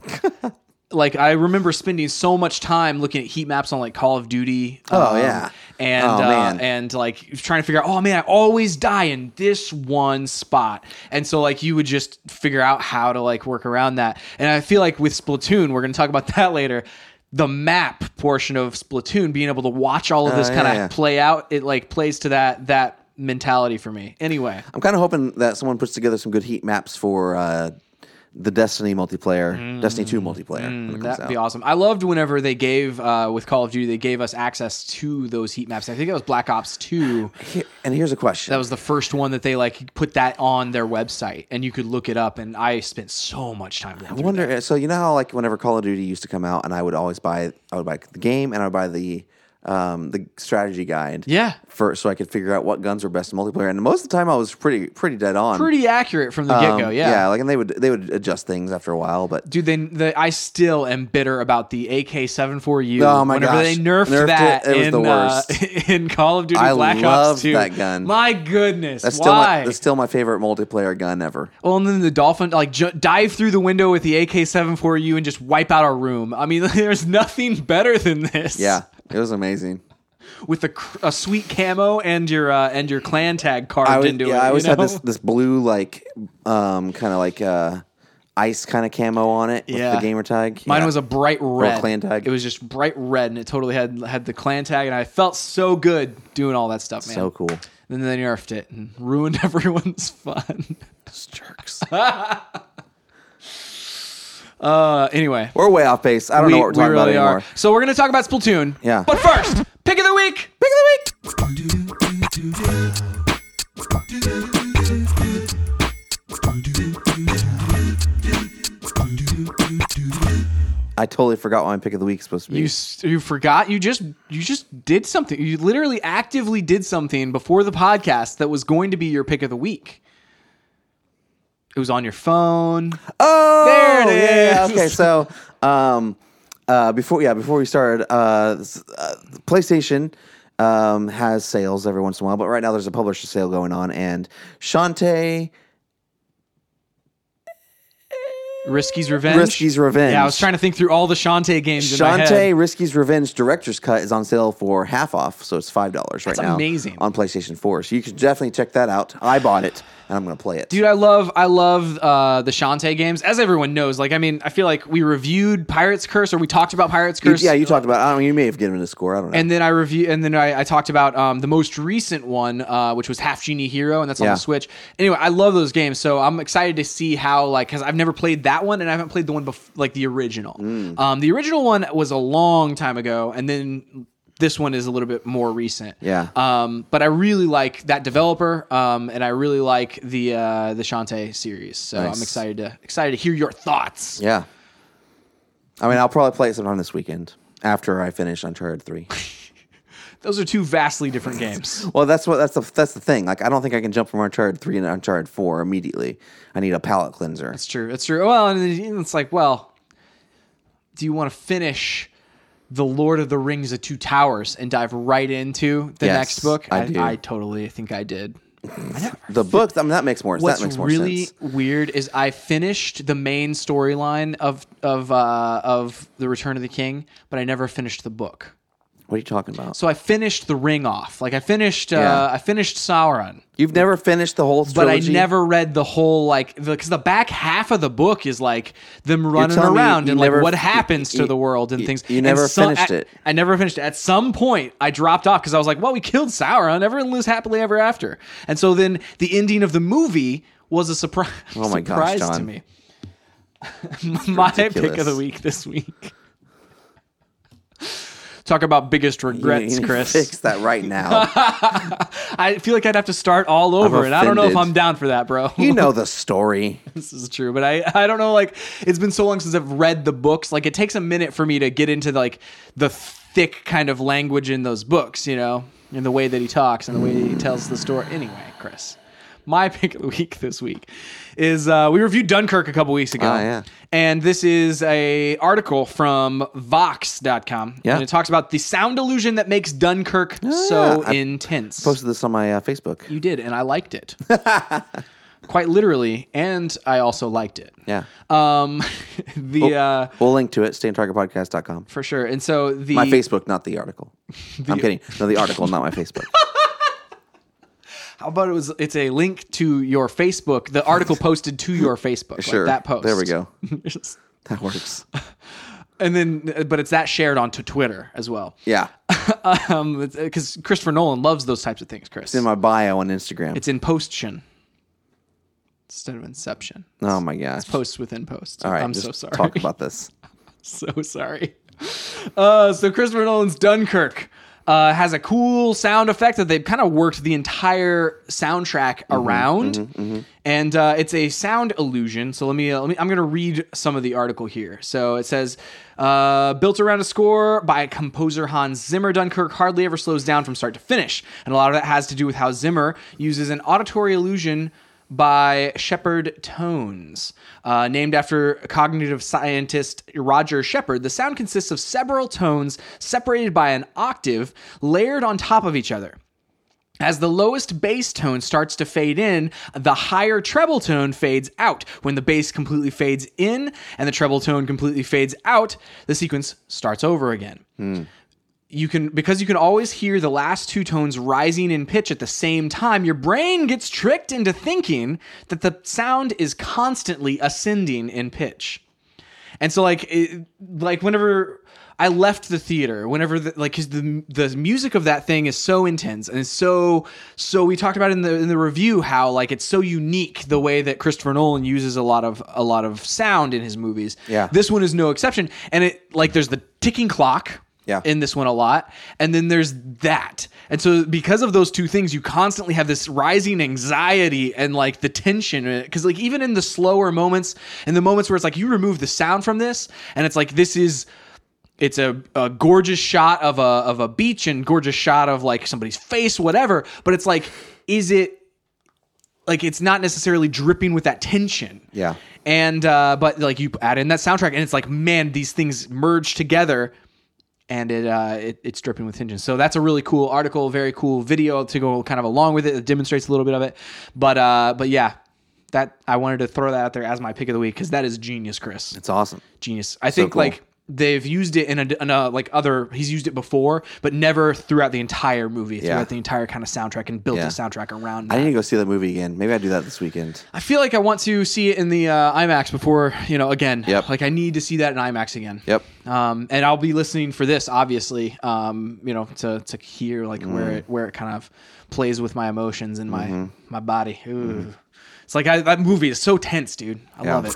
like I remember spending so much time looking at heat maps on like Call of Duty. um,
Oh, yeah.
and
Oh,
uh,
man.
and like trying to figure out. Oh man, I always die in this one spot, and so like you would just figure out how to like work around that. And I feel like with Splatoon, we're going to talk about that later. The map portion of Splatoon, being able to watch all of this
yeah,
kind of
Oh, yeah.
play out, it like plays to that that mentality for me. Anyway.
I'm kind of hoping that someone puts together some good heat maps for uh, the Destiny multiplayer, Destiny
Mm.
2 multiplayer. when it comes
That'd be
out.
awesome. I loved whenever they gave uh, with Call of Duty, they gave us access to those heat maps. I think that was Black Ops Two.
Here- and here's a question.
That was the first one that they like put that on their website, and you could look it up. And I spent so much time.
I wonder. So you know how like whenever Call of Duty used to come out, and I would always buy, I would buy the game and I would buy the um, the strategy guide.
Yeah.
For so I could figure out what guns were best in multiplayer, and most of the time I was pretty pretty dead on.
Pretty accurate from the get go.
Um,
Yeah.
Yeah. Like, and they would they would adjust things after a while, but
Dude, they, the, I still am bitter about the AK-74U.
Oh my
Whenever
gosh.
they nerfed,
Nerfed
that
it, it was
in,
the
Uh, in Call of Duty
I
Black Ops
loved
2.
that gun.
My goodness,
that's still
why?
my, that's still my favorite multiplayer gun ever.
Well, and then the dolphin like ju- dive through the window with the AK-74U and just wipe out our room. I mean, there's nothing better than this.
Yeah, it was amazing.
with a, cr- a sweet camo and your uh, and your clan tag carved
I always,
into
yeah,
it.
I
you
always had
know?
this this blue like um kind of like uh ice kind of camo on it with
Yeah.
the gamer tag.
Mine
Yeah.
was a bright red
clan tag.
It was just bright red, and it totally had had the clan tag, and I felt so good doing all that stuff, man.
so cool.
Then they nerfed it and ruined everyone's fun.
It's jerks.
Uh, anyway,
we're way off base. I don't know what we're talking about anymore.
So we're gonna talk about Splatoon.
Yeah.
But first, pick of the week. Pick of the week.
I totally forgot what my pick of the week is supposed to be.
You s- you forgot. You just you just did something. You literally actively did something before the podcast that was going to be your pick of the week. It was on your phone.
oh,
There it
yeah,
is.
Okay, so um uh before yeah before we started uh, s- uh PlayStation. Um, has sales every once in a while, but right now there's a publisher sale going on, and Shantae
Risky's Revenge.
Risky's Revenge.
Yeah, I was trying to think through all the Shantae games in my head.
Shantae Risky's Revenge Director's Cut is on sale for half off, so it's five dollars right
That's
now.
amazing.
on PlayStation Four, so you should definitely check that out. I bought it, and I'm gonna play it.
Dude, I love I love uh, the Shantae games. As everyone knows, like I mean, I feel like we reviewed Pirates Curse or we talked about Pirates Curse.
yeah, you talked about. I don't. know, You may have given it a score. I don't know.
And then I review, and then I, I talked about um, the most recent one, uh, which was Half Genie Hero, and that's on
Yeah.
the Switch. Anyway, I love those games, so I'm excited to see how like because I've never played that one, and I haven't played the one bef- like the original.
Mm.
Um, the original one was a long time ago, and then this one is a little bit more recent.
Yeah.
Um, but I really like that developer, um, and I really like the uh, the Shantae series. So
Nice.
I'm excited to excited to hear your thoughts.
yeah. I mean, I'll probably play it sometime this weekend after I finish Uncharted Three.
Those are two vastly different games.
well, that's what that's the that's the thing. Like, I don't think I can jump from Uncharted Three to Uncharted Four immediately. I need a palate cleanser.
It's true. It's true. Well, and it's like, well, do you want to finish The Lord of the Rings: The Two Towers and dive right into the
Yes,
next book?
I do.
I totally think I did.
The book, I mean, that makes more.
What's
that makes more
really
sense.
weird is I finished the main storyline of of uh, of the Return of the King, but I never finished the book.
What are you talking about?
So I finished the Ring off. Like I finished, uh,
Yeah.
I finished Sauron,
You've never finished the whole
but
trilogy.
I never read the whole like because the, back half of the book is like them running
telling me
around
you
and like
never-
what happens to
you-
the world and things.
you
And
never
so-
finished
at-
it.
I never finished it. At some point, I dropped off because I was like, "Well, we killed Sauron. Everyone lives happily ever after." And so then the ending of the movie was a surprise.
Oh my gosh,
surprise to
John.
me. my pick of the
ridiculous.
week this week. Talk about biggest
You need
regrets,
to
Chris.
Fix that right now.
I feel like I'd have to start all over, and I don't know if
offended.
I'm down for that, bro.
you know the story.
this is true, but I, I don't know. Like, it's been so long since I've read the books. Like, it takes a minute for me to get into like the thick kind of language in those books, you know, and the way that he talks and the way he tells the story. Anyway, Chris, my pick of the week this week is uh, we reviewed Dunkirk a couple weeks ago,
Ah, yeah.
and this is a article from Vox.com,
Yeah. Ah,
and it talks about the sound illusion that makes Dunkirk so
I
intense.
Posted this on my uh, Facebook.
You did, and I liked it. Quite literally, and I also liked it.
Yeah,
Um,
Oh.
the uh,
we'll link to it. StayInTargetPodcast.com.
for sure. And so the
My Facebook, not the article. I'm kidding. No, the article, not my Facebook.
how about it was it's a link to your Facebook, the article posted to your Facebook,
Sure.
like that post.
There we go. That works.
and then, uh, but it's that shared onto Twitter as well.
Yeah,
Um, because Christopher Nolan loves those types of things. Chris,
in my bio on Instagram.
it's in Posttion instead of Inception.
oh my gosh.
Posts within posts.
All right,
I'm
just
so sorry.
Talk about this.
so sorry. Uh, so Christopher Nolan's Dunkirk uh, has a cool sound effect that they've kind of worked the entire soundtrack around, and uh, it's a sound illusion. So let me, uh, let me. I'm going to read some of the article here. So it says, uh, built around a score by composer Hans Zimmer, Dunkirk hardly ever slows down from start to finish, and a lot of that has to do with how Zimmer uses an auditory illusion by Shepard Tones. Uh, named after cognitive scientist Roger Shepard, the sound consists of several tones separated by an octave layered on top of each other. As the lowest bass tone starts to fade in, the higher treble tone fades out. When the bass completely fades in and the treble tone completely fades out, the sequence starts over again you can because you can always hear the last two tones rising in pitch at the same time your brain gets tricked into thinking that the sound is constantly ascending in pitch and so like it, like whenever I left the theater, whenever the, like 'cause the the music of that thing is so intense and it's so so we talked about in the in the review how like it's so unique the way that Christopher Nolan uses a lot of a lot of sound in his movies.
Yeah.
This one is no exception and it like there's the ticking clock
Yeah.
in this one a lot and then there's that. And so because of those two things you constantly have this rising anxiety and like the tension cuz like even in the slower moments in the moments where it's like you remove the sound from this and it's like this is it's a, a gorgeous shot of a of a beach and gorgeous shot of like somebody's face whatever but it's like is it like it's not necessarily dripping with that tension
Yeah.
and uh but like you add in that soundtrack and it's like man these things merge together and it, uh, it it's dripping with tension. So that's a really cool article, very cool video to go kind of along with it. It demonstrates a little bit of it, but uh, but yeah, that I wanted to throw that out there as my pick of the week because that is genius, Chris
It's awesome.
genius. I think
cool.
like they've used it in a, in a like other. He's used it before, but never throughout the entire movie, throughout the entire kind of soundtrack, and built
Yeah.
the soundtrack around.
I
that.
need to go see that movie again. Maybe I do that this weekend.
I feel like I want to see it in the uh, IMAX before you know again.
Yep.
Like I need to see that in IMAX again.
Yep.
Um, and I'll be listening for this obviously. Um, you know to to hear like
Mm-hmm.
where it where it kind of plays with my emotions and my
Mm-hmm.
my body. Ooh. It's like I, that movie is so tense, dude. I
Yeah.
love it.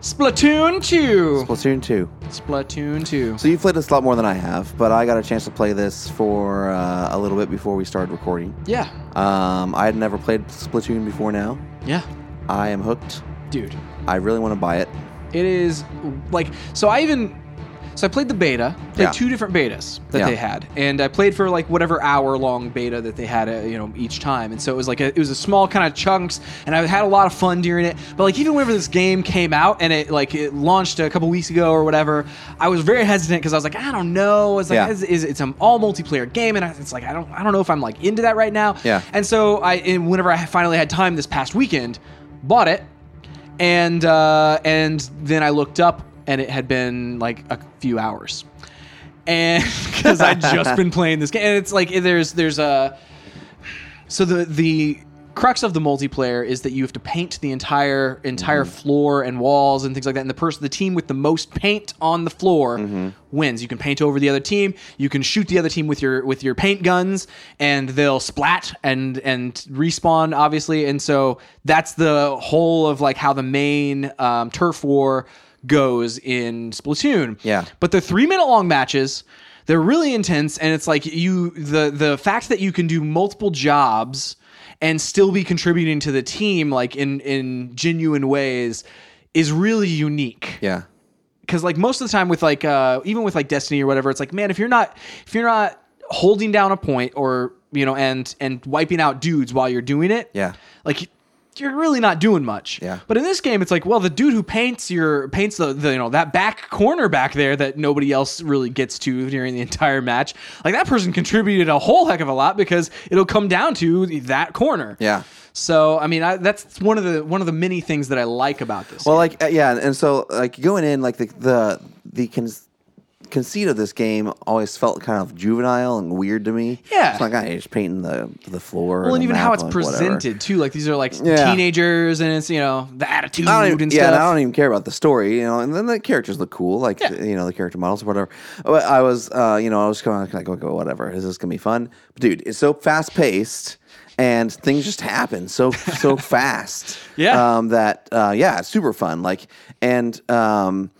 Splatoon 2.
Platoon two.
Splatoon 2.
So you've played this a lot more than I have, but I got a chance to play this for uh, a little bit before we started recording.
Yeah.
Um, I had never played Splatoon before now.
Yeah.
I am hooked.
Dude.
I really want to buy it.
It is like so I even So I played the beta, played
Yeah.
two different betas that
Yeah.
they had, and I played for like whatever hour long beta that they had, uh, you know, each time. And so it was like a, it was a small kind of chunks, and I had a lot of fun during it. But like even whenever this game came out and it like it launched a couple weeks ago or whatever, I was very hesitant because I was like, I don't know, it's like
Yeah.
is, is it's an all multiplayer game, and I, it's like I don't I don't know if I'm like into that right now.
Yeah.
And so I, and whenever I finally had time this past weekend, bought it, and uh, and then I looked up, and it had been like a few hours, and because I'd just been playing this game, and it's like there's there's a so the the crux of the multiplayer is that you have to paint the entire entire floor and walls and things like that and the person the team with the most paint on the floor wins you can paint over the other team you can shoot the other team with your with your paint guns and they'll splat and and respawn obviously and so that's the whole of like how the main um, turf war goes in splatoon
Yeah.
but they're three minute long matches. They're really intense, and it's like you the the fact that you can do multiple jobs and still be contributing to the team like in in genuine ways is really unique
Yeah.
because like most of the time with like uh even with like destiny or whatever it's like man if you're not if you're not holding down a point or you know and and wiping out dudes while you're doing it
Yeah.
like you're really not doing much
Yeah.
but in this game it's like well the dude who paints your paints the, the you know that back corner back there that nobody else really gets to during the entire match like that person contributed a whole heck of a lot because it'll come down to that corner
Yeah.
so i mean I, that's one of the one of the many things that i like about this
Well, like uh, yeah, and- and so like going in, like the the the con- conceit of this game always felt kind of juvenile and weird to me.
Yeah.
it's like I just painting the the floor.
Well, and
the
even
map,
how it's
like, whatever.
presented too. Like these are like
Yeah.
teenagers, and it's you know the attitude
I don't even,
and
yeah,
stuff.
and I don't even care about the story, you know. And then the characters look cool, like
Yeah.
you know the character models or whatever. But I was, uh, you know, I was kind of like, okay, whatever, is this gonna be fun? But dude, it's so fast paced, and things just happen so so fast.
Yeah.
um, that uh, yeah, it's super fun. Like, and um,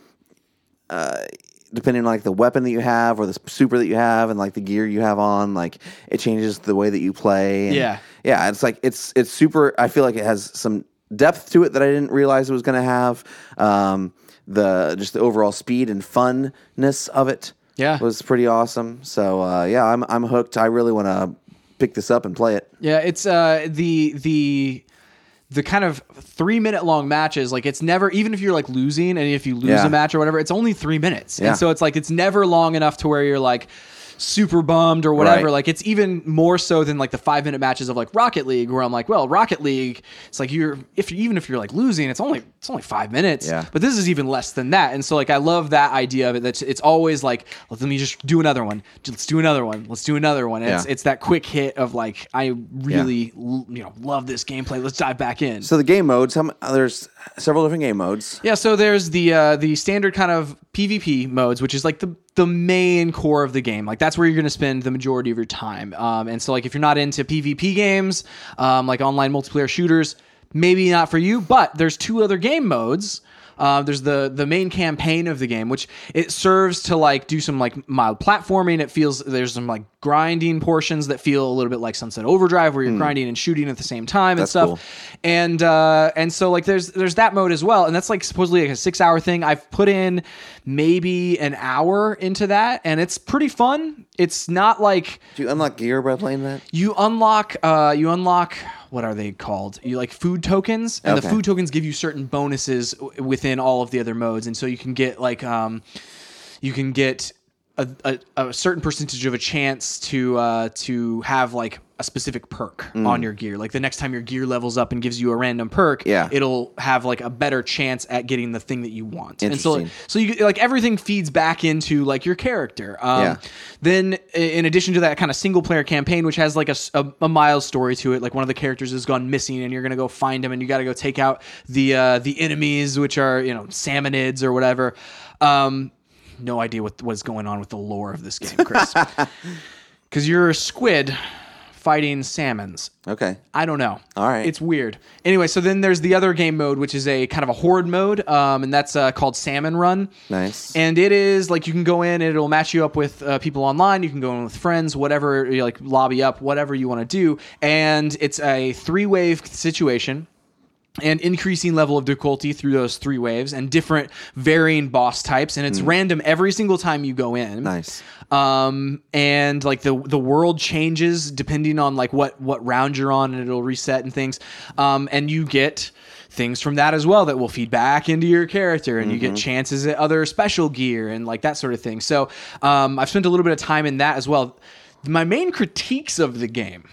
uh, depending on like the weapon that you have or the super that you have and like the gear you have on like it changes the way that you play and-
Yeah.
yeah it's like it's it's super i feel like it has some depth to it that i didn't realize it was going to have um the just the overall speed and funness of it
Yeah.
was pretty awesome so uh yeah i'm i'm hooked i really want to pick this up and play it
Yeah, it's uh the the the kind of three minute long matches. Like it's never even if you're like losing and if you lose
Yeah.
a match or whatever, it's only three minutes.
Yeah.
And so it's like it's never long enough to where you're like super bummed or whatever.
Right.
Like it's even more so than like the five minute matches of like Rocket League where I'm like, well, Rocket League, it's like you're if even if you're like losing, it's only it's only five minutes.
Yeah.
But this is even less than that. And so like I love that idea of it. That's it's always like, let me just do another one. Let's do another one. Let's do another one. And it's
Yeah.
it's that quick hit of like I really l- you know love this gameplay. Let's dive back in.
so the game modes how m- uh, there's several different game modes
yeah, so there's the uh, the standard kind of PvP modes, which is like the the main core of the game. Like that's where you're going to spend the majority of your time. Um, and so like if you're not into PvP games, um, like online multiplayer shooters, maybe not for you. But there's two other game modes. Uh, there's the the main campaign of the game, which it serves to like do some like mild platforming. It feels there's some like grinding portions that feel a little bit like Sunset Overdrive, where you're grinding and shooting at the same time and
Hmm. That's
stuff
cool.
and uh, and so like there's there's that mode as well, and that's like supposedly like a six hour thing. I've put in maybe an hour into that, and it's pretty fun. It's not like
do you unlock gear by playing that
you unlock uh, you unlock what are they called? You like food tokens, and the
Okay.
food tokens give you certain bonuses w- within all of the other modes, and so you can get like um, you can get a, a, a certain percentage of a chance to uh, to have like a specific perk
Mm.
on your gear. Like the next time your gear levels up and gives you a random perk,
Yeah.
it'll have like a better chance at getting the thing that you want. And so like,
Interesting.
so you like everything feeds back into like your character. Um,
Yeah.
Then i- in addition to that kind of single player campaign, which has like a, s- a, a mild story to it, like one of the characters has gone missing, and you're gonna go find him, and you got to go take out the uh, the enemies, which are you know salmonids or whatever. Um, no idea what what's going on with the lore of this game, Chris, because you're a squid fighting salmons.
okay
I don't know.
All right.
It's weird. Anyway, so then there's the other game mode, which is a kind of a horde mode, um, and that's uh, called Salmon Run.
nice
And it is like you can go in and it'll match you up with uh, people online. You can go in with friends, whatever, you like lobby up, whatever you want to do. And it's a three wave situation. and increasing level of difficulty through those three waves and different varying boss types and it's random every single time you go in
Nice.
um and like the the world changes depending on like what what round you're on and it'll reset and things um and you get things from that as well that will feed back into your character and you get chances at other special gear and like that sort of thing so um i've spent a little bit of time in that as well my main critiques of the game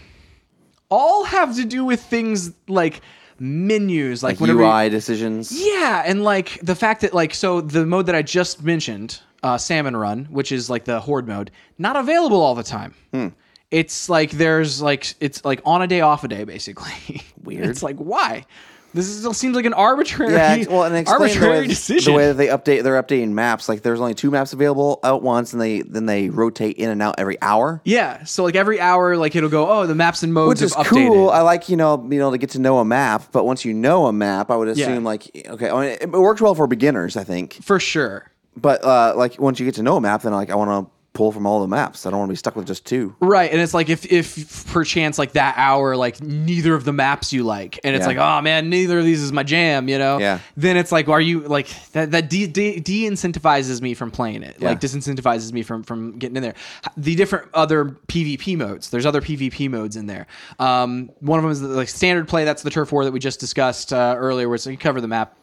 all have to do with things like menus like, whenever you-
UI decisions.
yeah, and like the fact that like so the mode that I just mentioned, uh, Salmon Run, which is like the horde mode, not available all the time.
Hmm.
It's like there's like it's like on a day off a day basically.
Weird.
It's like why? This is, it seems like an arbitrary,
Yeah, ex- well, and explain
arbitrary
the way,
decision.
The way that they update, they're updating maps. Like, there's only two maps available out once, and they then they rotate in and out every hour,
yeah, so like every hour, like it'll go, oh, the maps and modes
which is
have updated.
cool. I like you know you know to get to know a map, but once you know a map, I would
Yeah.
assume like okay, I mean, it, it works well for beginners, I think.
for sure.
But uh, like once you get to know a map, then like I want to pull from all the maps. I don't want to be stuck with just two.
Right, and it's like if if perchance like that hour like neither of the maps you like, and it's
Yeah.
like oh man, neither of these is my jam, you know.
Yeah.
Then it's like are you like that that de de, de- incentivizes me from playing it, like
Yeah.
disincentivizes me from from getting in there. The different other PvP modes, there's other PvP modes in there. Um, one of them is the like, standard play. That's the turf war that we just discussed uh, earlier, where it's like you cover the map.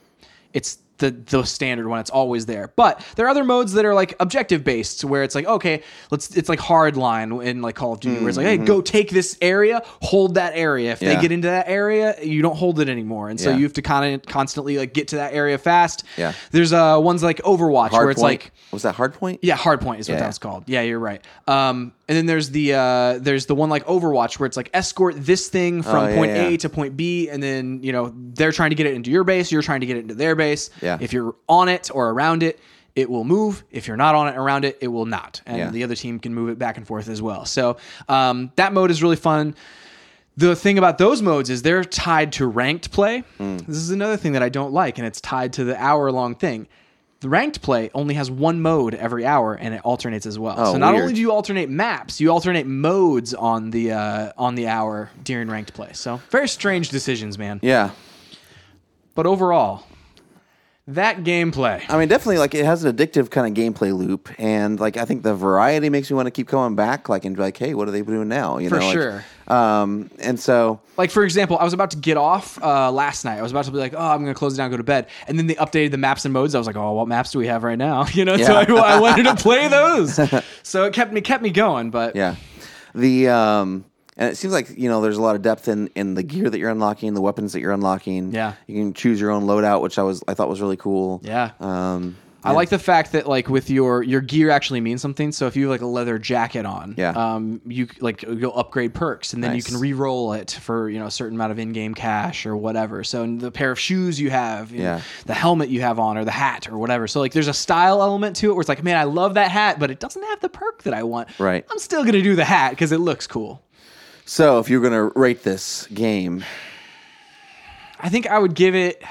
It's the, the standard one. It's always there. But there are other modes that are like objective based, where it's like okay, let's. It's like hard line in like Call of Duty, where it's like hey, go take this area, hold that area. If
Mm-hmm. Yeah.
they get into that area, you don't hold it anymore, and so
Yeah.
you have to kind of constantly like get to that area fast.
Yeah.
There's uh ones like Overwatch where it's
point.
like
was that hard point?
yeah, Hardpoint is what
Yeah.
that's called. Yeah, you're right. Um, and then there's the uh, there's the one like Overwatch where it's like escort this thing from
Oh, yeah,
point A
yeah.
to point B, and then you know they're trying to get it into your base, you're trying to get it into their base.
Yeah.
If you're on it or around it, it will move. If you're not on it around it, it will not, and
Yeah.
the other team can move it back and forth as well. So um, that mode is really fun the thing about those modes is they're tied to ranked play.
Hmm.
This is another thing that I don't like, and it's tied to the hour long thing. The ranked play only has one mode every hour, and it alternates as well.
Oh,
so not
weird.
only do you alternate maps, you alternate modes on the uh, on the hour during ranked play. So very strange decisions, man.
Yeah.
But overall, that gameplay.
I mean, definitely, like it has an addictive kind of gameplay loop, and like I think the variety makes me want to keep coming back, like and be like, hey, what are they doing now? You
For
know, like,
sure.
Um, and so
Like for example, I was about to get off uh, last night. I was about to be like, "Oh, I'm gonna close it down, go to bed." And then they updated the maps and modes. I was like, "Oh, what maps do we have right now?" You know, so
Yeah.
I, I wanted to play those. so it kept me kept me going. But
yeah, the um, and it seems like you know there's a lot of depth in in the gear that you're unlocking, the weapons that you're unlocking.
Yeah.
you can choose your own loadout, which I was I thought was really cool.
Yeah.
Um,
I like the fact that like with your your gear actually means something. So if you have like a leather jacket on,
Yeah.
um, you c- like you'll upgrade perks and then
Nice.
you can re-roll it for you know a certain amount of in-game cash or whatever. So and the pair of shoes you have, you know,
Yeah.
the helmet you have on or the hat or whatever. So like there's a style element to it where it's like, man, I love that hat, but it doesn't have the perk that I want.
Right.
I'm still gonna do the hat because it looks cool.
So if you're gonna rate this game,
I think I would give it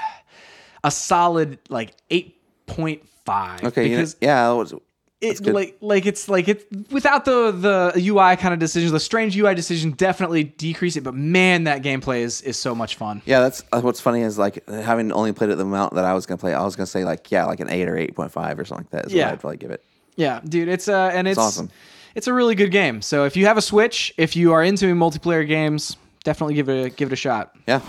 a solid like eight point five.
okay, you know-
because
yeah, that was-
it
good.
like like it's like it without the the UI kind of decisions, the strange UI decision definitely decrease it. But man, that gameplay is is so much fun.
yeah, that's uh, what's funny is like having only played it the amount that I was gonna play, I was gonna say like yeah, like an eight or eight point five or something like that. Is
Yeah.
what I'd probably give it.
Yeah, dude, it's uh and it's,
awesome.
It's a really good game. So if you have a Switch, if you are into multiplayer games, definitely give it a, give it a shot.
Yeah.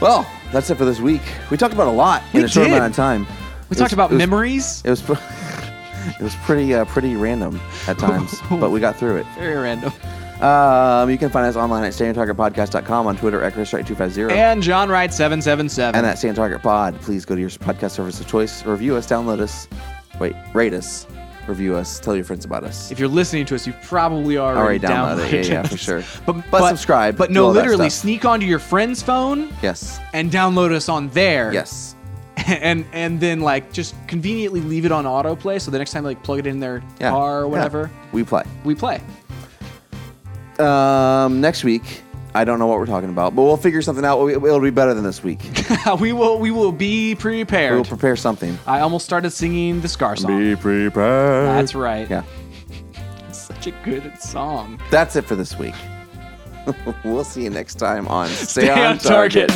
Well, that's it for this week. We talked about a lot in
We
a short
did.
amount of time.
We talked about
it was,
memories.
It was pre- it was pretty uh, pretty random at times, but we got through it.
Very random.
Um, you can find us online at standardtargetpodcast.com on Twitter at ChrisWright250.
And John Wright seven seven seven.
and at Stand Target Pod. Please go to your podcast service of choice, review us, download us, wait, rate us, review us, tell your friends about us.
if you're listening to us, you probably already,
Already downloaded it. Yeah, yeah,
us.
for sure.
But,
But subscribe,
But
do
no,
all that
literally
stuff.
sneak onto your friend's phone
yes,
and download us on there.
yes,
and and then like just conveniently leave it on autoplay so the next time like plug it in their
yeah,
car or
yeah.
whatever
we play.
we play
Um, next week, I don't know what we're talking about, but we'll figure something out. It'll be- It'll be better than this week.
we will we will be prepared
We'll prepare something.
i almost started singing the scar song
prepared.
that's right
Yeah.
it's such a good song
That's it for this week. we'll see you next time on Stay,
Stay on target.